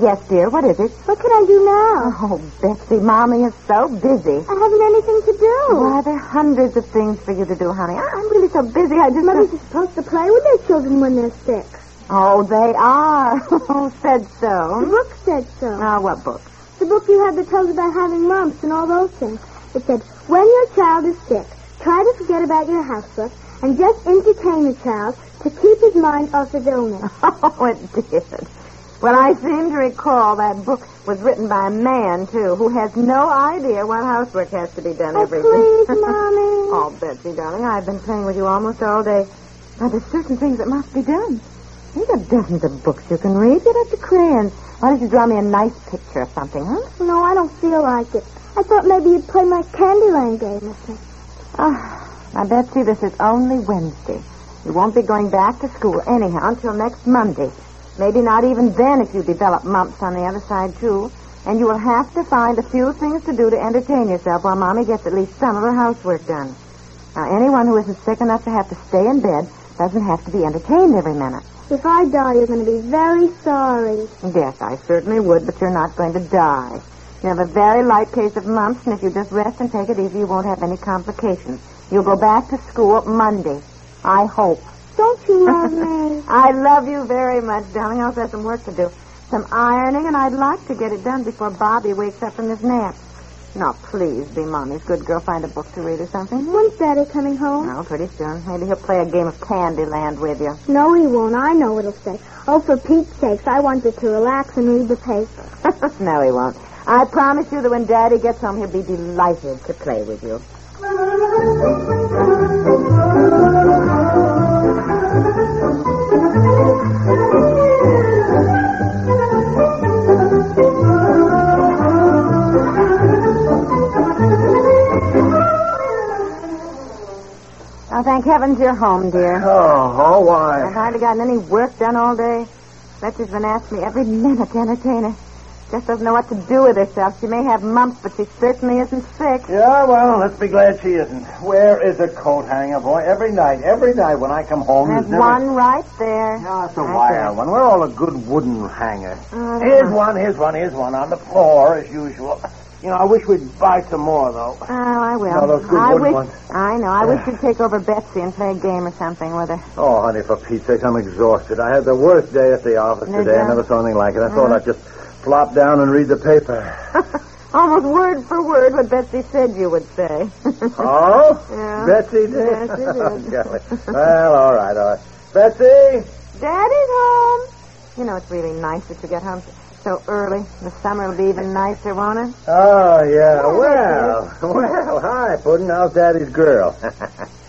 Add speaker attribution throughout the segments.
Speaker 1: Yes, dear, what is it?
Speaker 2: What can I do now?
Speaker 1: Oh, Betsy, Mommy is so busy.
Speaker 2: I haven't anything to do.
Speaker 1: Why, there are hundreds of things for you to do, honey. I- I'm really so busy, I just...
Speaker 2: Mothers are supposed to play with their children when they're sick.
Speaker 1: Oh, they are. Who said
Speaker 2: The
Speaker 1: so?
Speaker 2: book said so.
Speaker 1: Ah, what book?
Speaker 2: The book you had that tells about having mumps and all those things. It said, when your child is sick, try to forget about your housebook and just entertain the child to keep his mind off his illness.
Speaker 1: Oh, it did. Well, I seem to recall that book was written by a man, too, who has no idea what housework has to be done
Speaker 2: Oh,
Speaker 1: every day.
Speaker 2: please, Mommy.
Speaker 1: oh, Betsy, darling, I've been playing with you almost all day. But there's certain things that must be done. You've got dozens of books you can read. Get up to crayons. Why don't you draw me a nice picture or something, huh?
Speaker 2: No, I don't feel like it. I thought maybe you'd play my Candyland game with me.
Speaker 1: Oh, now, Betsy, this is only Wednesday. You won't be going back to school anyhow until next Monday. Maybe not even then if you develop mumps on the other side, too. And you will have to find a few things to do to entertain yourself while Mommy gets at least some of her housework done. Now, anyone who isn't sick enough to have to stay in bed doesn't have to be entertained every minute.
Speaker 2: If I die, you're going to be very sorry.
Speaker 1: Yes, I certainly would, but you're not going to die. You have a very light case of mumps, and if you just rest and take it easy, you won't have any complications. You'll go back to school Monday. I hope.
Speaker 2: Don't you love me?
Speaker 1: I love you very much, darling. I also have some work to do. Some ironing, and I'd like to get it done before Bobby wakes up from his nap. Now, please be Mommy's good girl. Find a book to read or something.
Speaker 2: When's Daddy coming home?
Speaker 1: No, pretty soon. Maybe he'll play a game of Candyland with you.
Speaker 2: No, he won't. I know what he'll say. Oh, for Pete's sakes, I wanted to relax and read the paper.
Speaker 1: no, he won't. I promise you that when Daddy gets home, he'll be delighted to play with you. Oh, thank heavens you're home, dear.
Speaker 3: Oh, oh,
Speaker 1: I've
Speaker 3: why?
Speaker 1: hardly gotten any work done all day. Betsy's been asking me every minute to entertain her. Just doesn't know what to do with herself. She may have mumps, but she certainly isn't sick.
Speaker 3: Yeah, well, let's be glad she isn't. Where is a coat hanger, boy? Every night, every night when I come home,
Speaker 1: There's
Speaker 3: there's never...
Speaker 1: one right there.
Speaker 3: Yeah, it's a
Speaker 1: Right
Speaker 3: wire
Speaker 1: there.
Speaker 3: one. We're all a good wooden hanger.
Speaker 1: Uh,
Speaker 3: Here's one, here's one, here's one on the floor as usual. You know, I wish we'd buy some more though.
Speaker 1: Oh, I will.
Speaker 3: No, those good
Speaker 1: I
Speaker 3: wooden
Speaker 1: wish,
Speaker 3: ones.
Speaker 1: I know. I wish you'd take over Betsy and play a game or something with her.
Speaker 3: Oh, honey, for Pete's sake, I'm exhausted. I had the worst day at the office
Speaker 1: Did
Speaker 3: today.
Speaker 1: ya?
Speaker 3: I never saw anything like it. I
Speaker 1: Uh-huh.
Speaker 3: thought I'd just flop down and read the paper.
Speaker 1: Almost word for word what Betsy said you would say.
Speaker 3: Oh?
Speaker 1: Yeah.
Speaker 3: Betsy did?
Speaker 1: Yes, it
Speaker 3: Oh,
Speaker 1: did.
Speaker 3: golly. well, all right, all right. Betsy?
Speaker 1: Daddy's home. You know, it's really nice that you get home so early. The summer will be even nicer, won't it?
Speaker 3: Oh, yeah. Well, well, hi, Puddin'. How's Daddy's girl?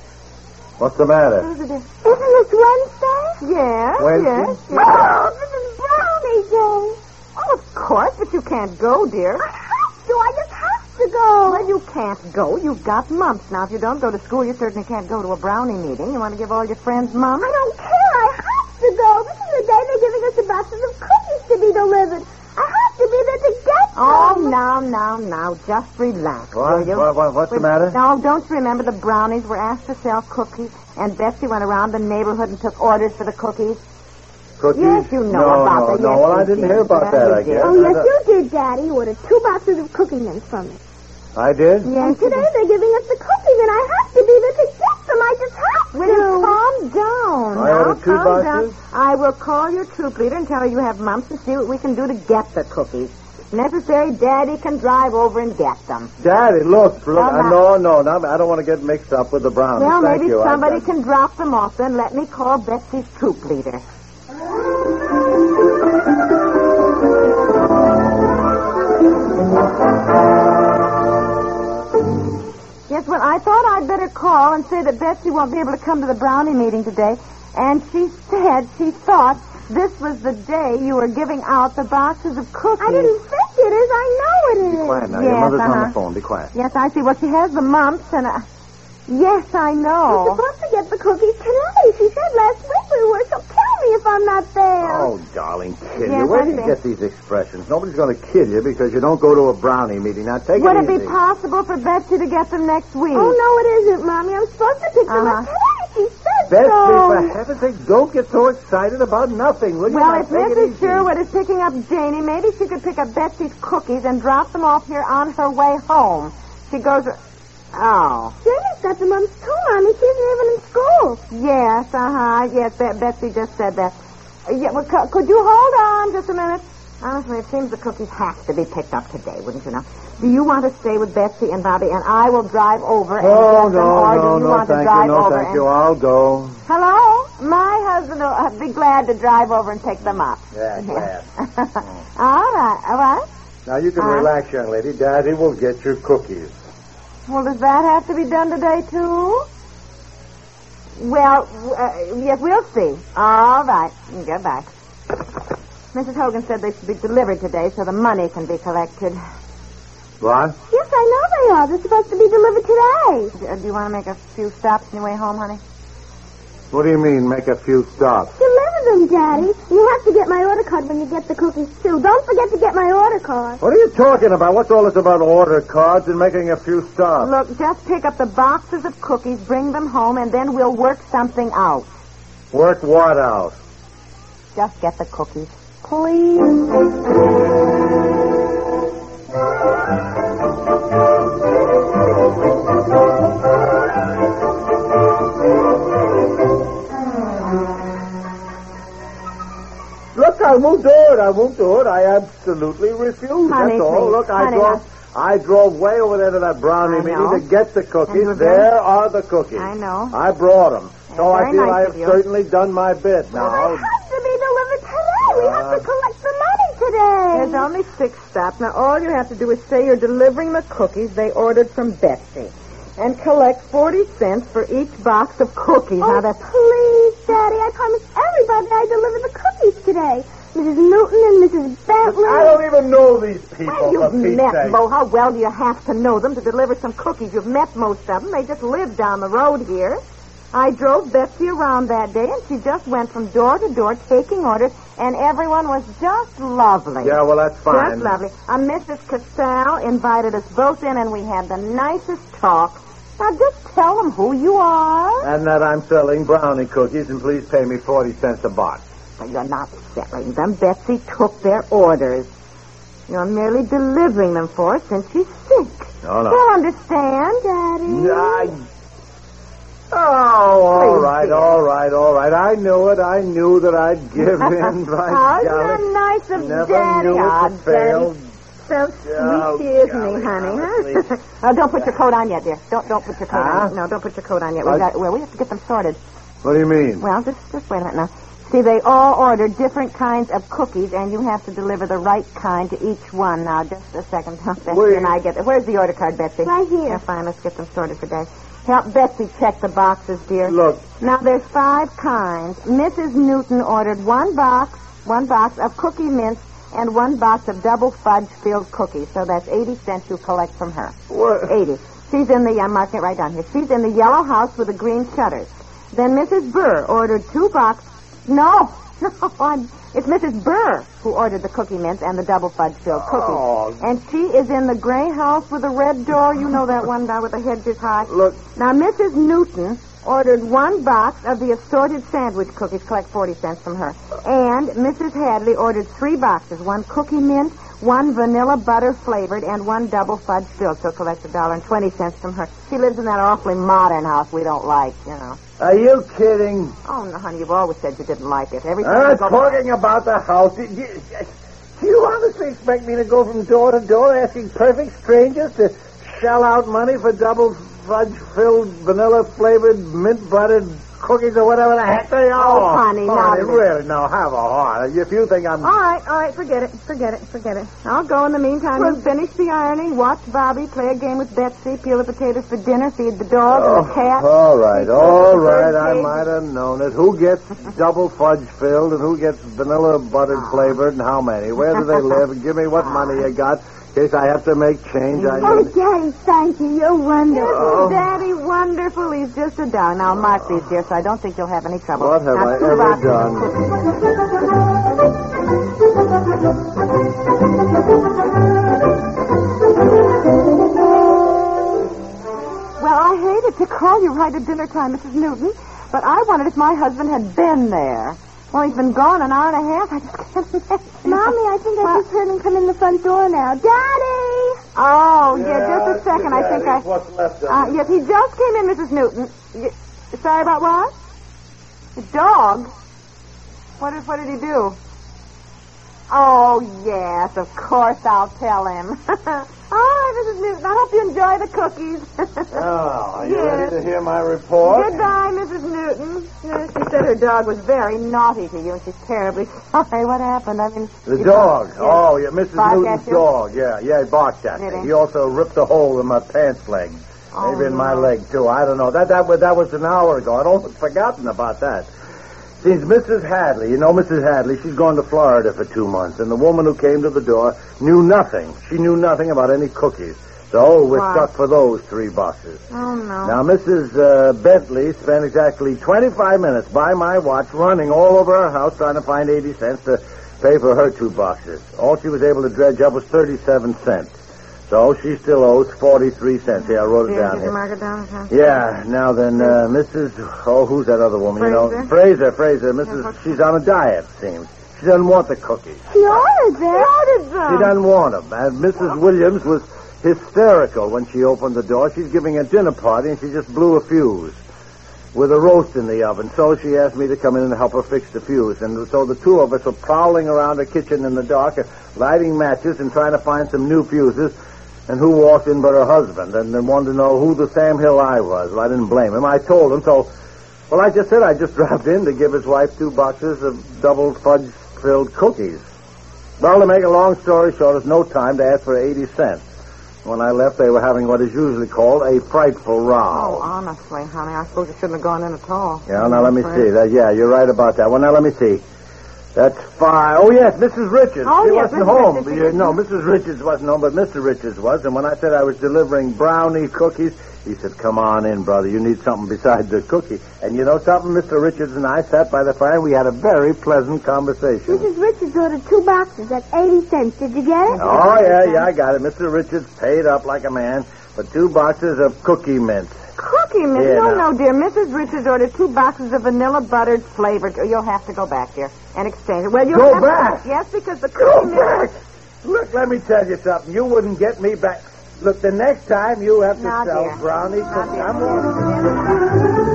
Speaker 3: What's the matter?
Speaker 1: Isn't it?
Speaker 2: Isn't this Wednesday?
Speaker 1: Yes,
Speaker 3: Wednesday?
Speaker 1: yes, yes.
Speaker 2: Oh, this is brownie day.
Speaker 1: Oh, of course, but you can't go, dear.
Speaker 2: I have to. I just have to go.
Speaker 1: Well, you can't go. You've got mumps. Now, if you don't go to school, you certainly can't go to a brownie meeting. You want to give all your friends mumps?
Speaker 2: I don't care. I have to go. This is the day they're giving us the boxes of cookies to be delivered. I have to be there to get them.
Speaker 1: Oh, now, now, now. Just relax, will
Speaker 3: What?
Speaker 1: you?
Speaker 3: What- what- what's the matter?
Speaker 1: Now, don't you remember the brownies were asked to sell cookies, and Betsy went around the neighborhood and took orders for the cookies?
Speaker 3: Cookies?
Speaker 1: Yes, you know
Speaker 3: no,
Speaker 1: about
Speaker 3: no,
Speaker 1: that.
Speaker 3: No,
Speaker 1: Yes,
Speaker 3: well, I
Speaker 1: you
Speaker 3: didn't
Speaker 1: did.
Speaker 3: hear about
Speaker 1: That
Speaker 3: that,
Speaker 1: you
Speaker 3: I
Speaker 1: did.
Speaker 3: guess.
Speaker 2: Oh,
Speaker 3: I
Speaker 2: yes,
Speaker 3: thought-
Speaker 2: you did, Daddy. You ordered two boxes of cookie men from me.
Speaker 3: I did?
Speaker 2: And today they're giving us the cookies, and I have to be there to get them. I just have to. Oh,
Speaker 1: Will you calm down?
Speaker 3: I
Speaker 1: now,
Speaker 3: ordered two
Speaker 1: calm
Speaker 3: boxes.
Speaker 1: down. I will call your troop leader and tell her you have mumps and see what we can do to get the cookies. If necessary, Daddy can drive over and get them.
Speaker 3: Daddy, look, look.
Speaker 1: Well,
Speaker 3: I,
Speaker 1: now-
Speaker 3: no, no, no, I don't want to get mixed up with the brownies.
Speaker 1: uh, well,
Speaker 3: Thank
Speaker 1: maybe
Speaker 3: you. I-
Speaker 1: somebody
Speaker 3: I-
Speaker 1: can drop them off. Then let me call Betsy's troop leader. Yes, well, I thought I'd better call and say that Betsy won't be able to come to the brownie meeting today. And she said she thought this was the day you were giving out the boxes of cookies.
Speaker 2: I didn't think it is. I know it is.
Speaker 3: Mother's
Speaker 1: uh-huh.
Speaker 3: on the phone. Be quiet.
Speaker 1: Yes, I see. Well, she has the mumps, and uh, yes, I know.
Speaker 2: We're supposed to get the cookies today. She said last week we were, so kill me if I'm not there.
Speaker 3: Oh, darling, kid,
Speaker 1: Yes,
Speaker 3: you. Where
Speaker 1: I
Speaker 3: do you
Speaker 1: see.
Speaker 3: get these expressions? Nobody's going to kid you because you don't go to a brownie meeting. Now, take
Speaker 1: Would
Speaker 3: it
Speaker 1: it
Speaker 3: easy.
Speaker 1: be possible for Betsy to get them next week?
Speaker 2: Oh, no, it isn't, Mommy. I'm supposed to pick them up
Speaker 1: Uh-huh.
Speaker 2: today. She said
Speaker 3: Betsy,
Speaker 2: so.
Speaker 3: for heaven's sake, don't get so excited about nothing, will you? Now,
Speaker 1: Well, if
Speaker 3: take it
Speaker 1: Mrs.
Speaker 3: easy.
Speaker 1: Sherwood is picking up Janie, maybe she could pick up Betsy's cookies and drop them off here on her way home. She goes. Oh.
Speaker 2: Jenny's got the mumps too, Mommy. She isn't even in school.
Speaker 1: Yes, uh huh. Yes, Be- Betsy just said that. Uh, Yeah, well, co- could you hold on just a minute? Honestly, it seems the cookies have to be picked up today, wouldn't you know? Do you want to stay with Betsy and Bobby, and I will drive over and
Speaker 3: Oh,
Speaker 1: get them,
Speaker 3: no,
Speaker 1: or
Speaker 3: no,
Speaker 1: do you
Speaker 3: no,
Speaker 1: want to
Speaker 3: thank you.
Speaker 1: drive
Speaker 3: No,
Speaker 1: over
Speaker 3: thank
Speaker 1: and...
Speaker 3: you. I'll go.
Speaker 1: Hello? My husband will uh, be glad to drive over and pick them up.
Speaker 3: Yeah, glad.
Speaker 1: all right, all right.
Speaker 3: Now, you can
Speaker 1: Uh-huh.
Speaker 3: relax, young lady. Daddy will get your cookies.
Speaker 1: Well, does that have to be done today, too? Well, uh, yes, we'll see. All right. Goodbye. Mrs. Hogan said they should be delivered today so the money can be collected. Uh,
Speaker 3: What?
Speaker 2: Yes, I know they are. They're supposed to be delivered today.
Speaker 1: Do, do you want to make a few stops on your way home, honey?
Speaker 3: What do you mean, make a few stops?
Speaker 2: Deliver them, Daddy. You have to get my order card when you get the cookies, too. Don't forget to get my order card.
Speaker 3: What are you talking about? What's all this about order cards and making a few stops?
Speaker 1: Look, just pick up the boxes of cookies, bring them home, and then we'll work something out.
Speaker 3: Work what out?
Speaker 1: Just get the cookies.
Speaker 2: Please.
Speaker 3: Look, I won't do it. I won't do it. I absolutely refuse.
Speaker 1: Honey,
Speaker 3: That's all.
Speaker 1: please.
Speaker 3: Look, I
Speaker 1: Honey,
Speaker 3: drove. I drove way over there to that brownie
Speaker 1: I
Speaker 3: meeting
Speaker 1: know.
Speaker 3: to get the
Speaker 1: And
Speaker 3: cookies.
Speaker 1: you were very-
Speaker 3: There are the cookies.
Speaker 1: I know.
Speaker 3: I brought them. So
Speaker 1: That's
Speaker 3: I
Speaker 1: very
Speaker 3: feel
Speaker 1: nice
Speaker 3: I
Speaker 1: of
Speaker 3: have
Speaker 1: you.
Speaker 3: certainly done my bit. Now,
Speaker 2: They have to be delivered today. we have to
Speaker 3: Oh. Uh.
Speaker 2: collect the money today.
Speaker 1: There's only six stops. Now, all you have to do is say you're delivering the cookies they ordered from Betsy and collect 40 cents for each box of cookies.
Speaker 2: Oh,
Speaker 1: Now, that's...
Speaker 2: please, Daddy. I promised everybody I delivered the cookies today. Mrs. Newton and Mrs. Bentley.
Speaker 3: I
Speaker 1: Oh.
Speaker 3: don't even know these people. for
Speaker 1: Well, you've
Speaker 3: Pete's
Speaker 1: met
Speaker 3: sake.
Speaker 1: Mo. How well do you have to know them to deliver some cookies? You've met most of them. They just live down the road here. I drove Betsy around that day, and she just went from door to door taking orders, and everyone was just lovely.
Speaker 3: Yeah, well, that's fine.
Speaker 1: Just lovely. Uh, Mrs. Casal invited us both in, and we had the nicest talk. Now, just tell them who you are.
Speaker 3: And that I'm selling brownie cookies, and please pay me 40 cents a box.
Speaker 1: But you're not selling them. Betsy took their orders. You're merely delivering them for her since she's sick.
Speaker 3: No, no.
Speaker 1: They'll understand, Daddy.
Speaker 3: I... Oh, all
Speaker 1: Please,
Speaker 3: right,
Speaker 1: dear.
Speaker 3: all right, all right. I knew it. I knew that I'd give in. by
Speaker 1: How
Speaker 3: golly.
Speaker 1: nice of
Speaker 3: Never
Speaker 1: Daddy.
Speaker 3: knew
Speaker 1: Ah,
Speaker 3: it would fail.
Speaker 1: So sweet
Speaker 3: Oh,
Speaker 1: he is, isn't
Speaker 3: golly,
Speaker 1: he, honey?
Speaker 3: honestly.
Speaker 1: Huh? oh, don't put your coat on yet, dear. Don't don't put your coat
Speaker 3: Huh?
Speaker 1: on. No, don't put your coat on yet. We
Speaker 3: I-
Speaker 1: got well, we have to get them sorted.
Speaker 3: What do you mean?
Speaker 1: Well, just just wait a minute now. See, they all order different kinds of cookies, and you have to deliver the right kind to each one. Now, just a second. Betsy
Speaker 3: Wait.
Speaker 1: and I get it. Where's the order card, Betsy?
Speaker 2: Right here.
Speaker 1: Now, fine. Let's get them sorted today. Help Betsy check the boxes, dear.
Speaker 3: Look,
Speaker 1: Now, there's five kinds. Mrs. Newton ordered one box, one box of cookie mints, and one box of double fudge-filled cookies. So that's 80 cents you collect from her.
Speaker 3: What?
Speaker 1: 80. She's in the, uh, mark it right down here. She's in the yellow house with the green shutters. Then Mrs. Burr ordered two box. No, no, I'm- it's Mrs. Burr who ordered the cookie mints and the double fudge-filled cookies.
Speaker 3: Oh.
Speaker 1: And she is in the gray house with the red door. You know that one down with the hedges high.
Speaker 3: look.
Speaker 1: Now, Mrs. Newton ordered one box of the assorted sandwich cookies. Collect 40 cents from her. And Mrs. Hadley ordered three boxes one cookie mint, one vanilla butter flavored, and one double fudge filled. So collect a dollar and 20 cents from her. She lives in that awfully modern house we don't like, you know.
Speaker 3: Are you kidding?
Speaker 1: Oh, no, honey, you've always said you didn't like it. Every time
Speaker 3: Ah, I'm
Speaker 1: you go by-
Speaker 3: talking about the house. Do you, do you honestly expect me to go from door to door asking perfect strangers to shell out money for double fudge filled vanilla flavored mint buttered cookies or whatever the heck they are?
Speaker 1: Oh, honey, now
Speaker 3: honey
Speaker 1: then.
Speaker 3: really, now have a heart. If you think I'm
Speaker 1: All right, all right, forget it, forget it, forget it. I'll go in the meantime. You finish the ironing, watch Bobby, play a game with Betsy, peel the potatoes for dinner, feed Oh, the dog and the cat.
Speaker 3: Oh, all right, all right. I
Speaker 1: Bird
Speaker 3: might have known it. Who gets double fudge
Speaker 1: Ah.
Speaker 3: filled and who gets vanilla buttered flavored and how many? Where do they live? Give me what money you got. case I have to make change, I
Speaker 2: Oh, Daddy, thank you. You're wonderful.
Speaker 3: Oh.
Speaker 1: Daddy, wonderful. He's just a doll. Now, mark these, dear, so I don't think you'll have any trouble.
Speaker 3: What have
Speaker 1: now,
Speaker 3: I
Speaker 1: two
Speaker 3: ever
Speaker 1: boxes.
Speaker 3: done?
Speaker 1: Well, I hated to call you right at dinner time, Mrs. Newton, but I wondered if my husband had been there. Well, he's been gone an hour and a half. I just can't imagine.
Speaker 2: Mommy, I think I just heard him come in the front door now. Daddy!
Speaker 1: Oh, yeah, just a second. I think I.
Speaker 3: What's left of
Speaker 1: Uh, yes, he just came in, Mrs. Newton. Y sorry about what? The dog? What did, what did he do? Oh, yes, of course I'll tell him. oh, Mrs. Newton, I hope you enjoy the cookies.
Speaker 3: Oh, are you
Speaker 1: you yes.
Speaker 3: ready
Speaker 1: ready
Speaker 3: to hear my report?
Speaker 1: Goodbye, Mrs. Newton. Yeah, she said her dog was very naughty to you, and she's terribly sorry. What happened? I mean,
Speaker 3: The
Speaker 1: you-
Speaker 3: dog.
Speaker 1: Yes.
Speaker 3: Oh, yeah, Mrs.
Speaker 1: Barked
Speaker 3: Newton's
Speaker 1: at you?
Speaker 3: dog. Yeah, yeah, he barked at
Speaker 1: Did
Speaker 3: me.
Speaker 1: he?
Speaker 3: He also ripped a hole in my pants leg.
Speaker 1: Oh,
Speaker 3: Maybe in my
Speaker 1: no.
Speaker 3: leg, too. I don't know. That, that, was, that was an hour ago. I'd almost forgotten about that. Seems Mrs. Hadley, you know Mrs. Hadley, she's gone to Florida for two months, and the woman who came to the door knew nothing. She knew nothing about any cookies. So we're
Speaker 1: Wow.
Speaker 3: stuck for those three boxes.
Speaker 1: Oh, no.
Speaker 3: Now, Mrs. Uh, Bentley spent exactly 25 minutes by my watch running all over her house trying to find 80 cents to pay for her two boxes. All she was able to dredge up was 37 cents. So she still owes 43 cents. Yeah, I wrote it
Speaker 1: Did,
Speaker 3: down
Speaker 1: did you
Speaker 3: here.
Speaker 1: mark it down? Huh?
Speaker 3: Yeah, now then, uh, Mrs. Oh, who's that other woman? You know, Fraser, Fraser.
Speaker 1: what-
Speaker 3: Mrs. She's on a diet, it seems. She doesn't want the cookies.
Speaker 2: She ordered them. ordered
Speaker 3: She doesn't want them. And Mrs. Williams was hysterical when she opened the door. She's giving a dinner party, and she just blew a fuse with a roast in the oven. So she asked me to come in and help her fix the fuse. And so the two of us were prowling around the kitchen in the dark, uh, lighting matches and trying to find some new fuses. And who walked in but her husband? And then wanted to know who the Sam Hill I was. Well, I didn't blame him. I told him. So, well, I just said I just dropped in to give his wife two boxes of double fudge filled cookies. Well, to make a long story short, it's no time to ask for 80 cents. When I left, they were having what is usually called a frightful row.
Speaker 1: Oh, honestly, honey, I suppose you shouldn't have gone in at all.
Speaker 3: Yeah, now let me see. That, yeah, you're right about that. Well, now let me see. That's five. Oh, yes, Mrs. Richards.
Speaker 1: Oh,
Speaker 3: she
Speaker 1: yes,
Speaker 3: wasn't
Speaker 1: Mrs.
Speaker 3: home.
Speaker 1: Richards,
Speaker 3: You- no, Mrs. Richards wasn't home, but Mr. Richards was. And when I said I was delivering brownie cookies, he said, Come on in, brother. You need something besides a cookie. And you know something? Mr. Richards and I sat by the fire. We had a very pleasant conversation.
Speaker 2: Mrs. Richards ordered two boxes at 80 cents. Did you get it?
Speaker 3: Oh, yeah, yeah, I got it. Mr. Richards paid up like a man for two boxes of cookie mints.
Speaker 1: Cookie, Miss?
Speaker 3: Yeah,
Speaker 1: no,
Speaker 3: no.
Speaker 1: no, dear. Mrs. Richards ordered two boxes of vanilla buttered flavored. You'll have to go back, dear, and exchange it. Well, you'll
Speaker 3: Go
Speaker 1: have
Speaker 3: back?
Speaker 1: To, yes, because the
Speaker 3: Go
Speaker 1: cookie Miss-
Speaker 3: back! Look, let me tell you something. You wouldn't get me back. Look, the next time you have to
Speaker 1: Now,
Speaker 3: sell
Speaker 1: dear.
Speaker 3: brownie
Speaker 1: Now,
Speaker 3: cookies,
Speaker 1: dear.
Speaker 3: I'm going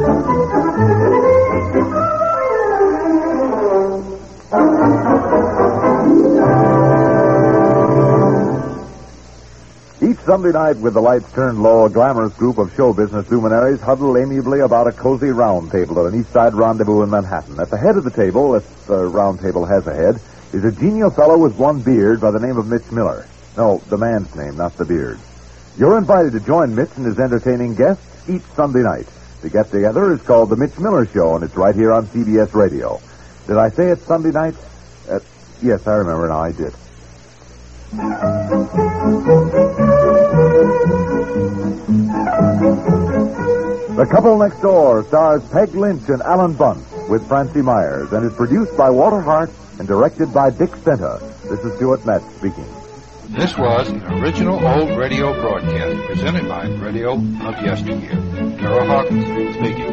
Speaker 4: Each Sunday night, with the lights turned low, a glamorous group of show business luminaries huddle amiably about a cozy round table at an East Side rendezvous in Manhattan. At the head of the table, if the round table has a head, is a genial fellow with one beard by the name of Mitch Miller. No, the man's name, not the beard. You're invited to join Mitch and his entertaining guests each Sunday night. The get together is called The Mitch Miller Show, and it's right here on CBS Radio. Did I say it's Sunday night? Uh, yes, I remember now, I did. The Couple Next Door stars Peg Lynch and Alan Bunce with Francie Myers and is produced by Walter Hart and directed by Dick Senta. This is Stuart Metz speaking.
Speaker 5: This was an original old radio broadcast presented by Radio of Yesteryear. Darrell Hawkins speaking.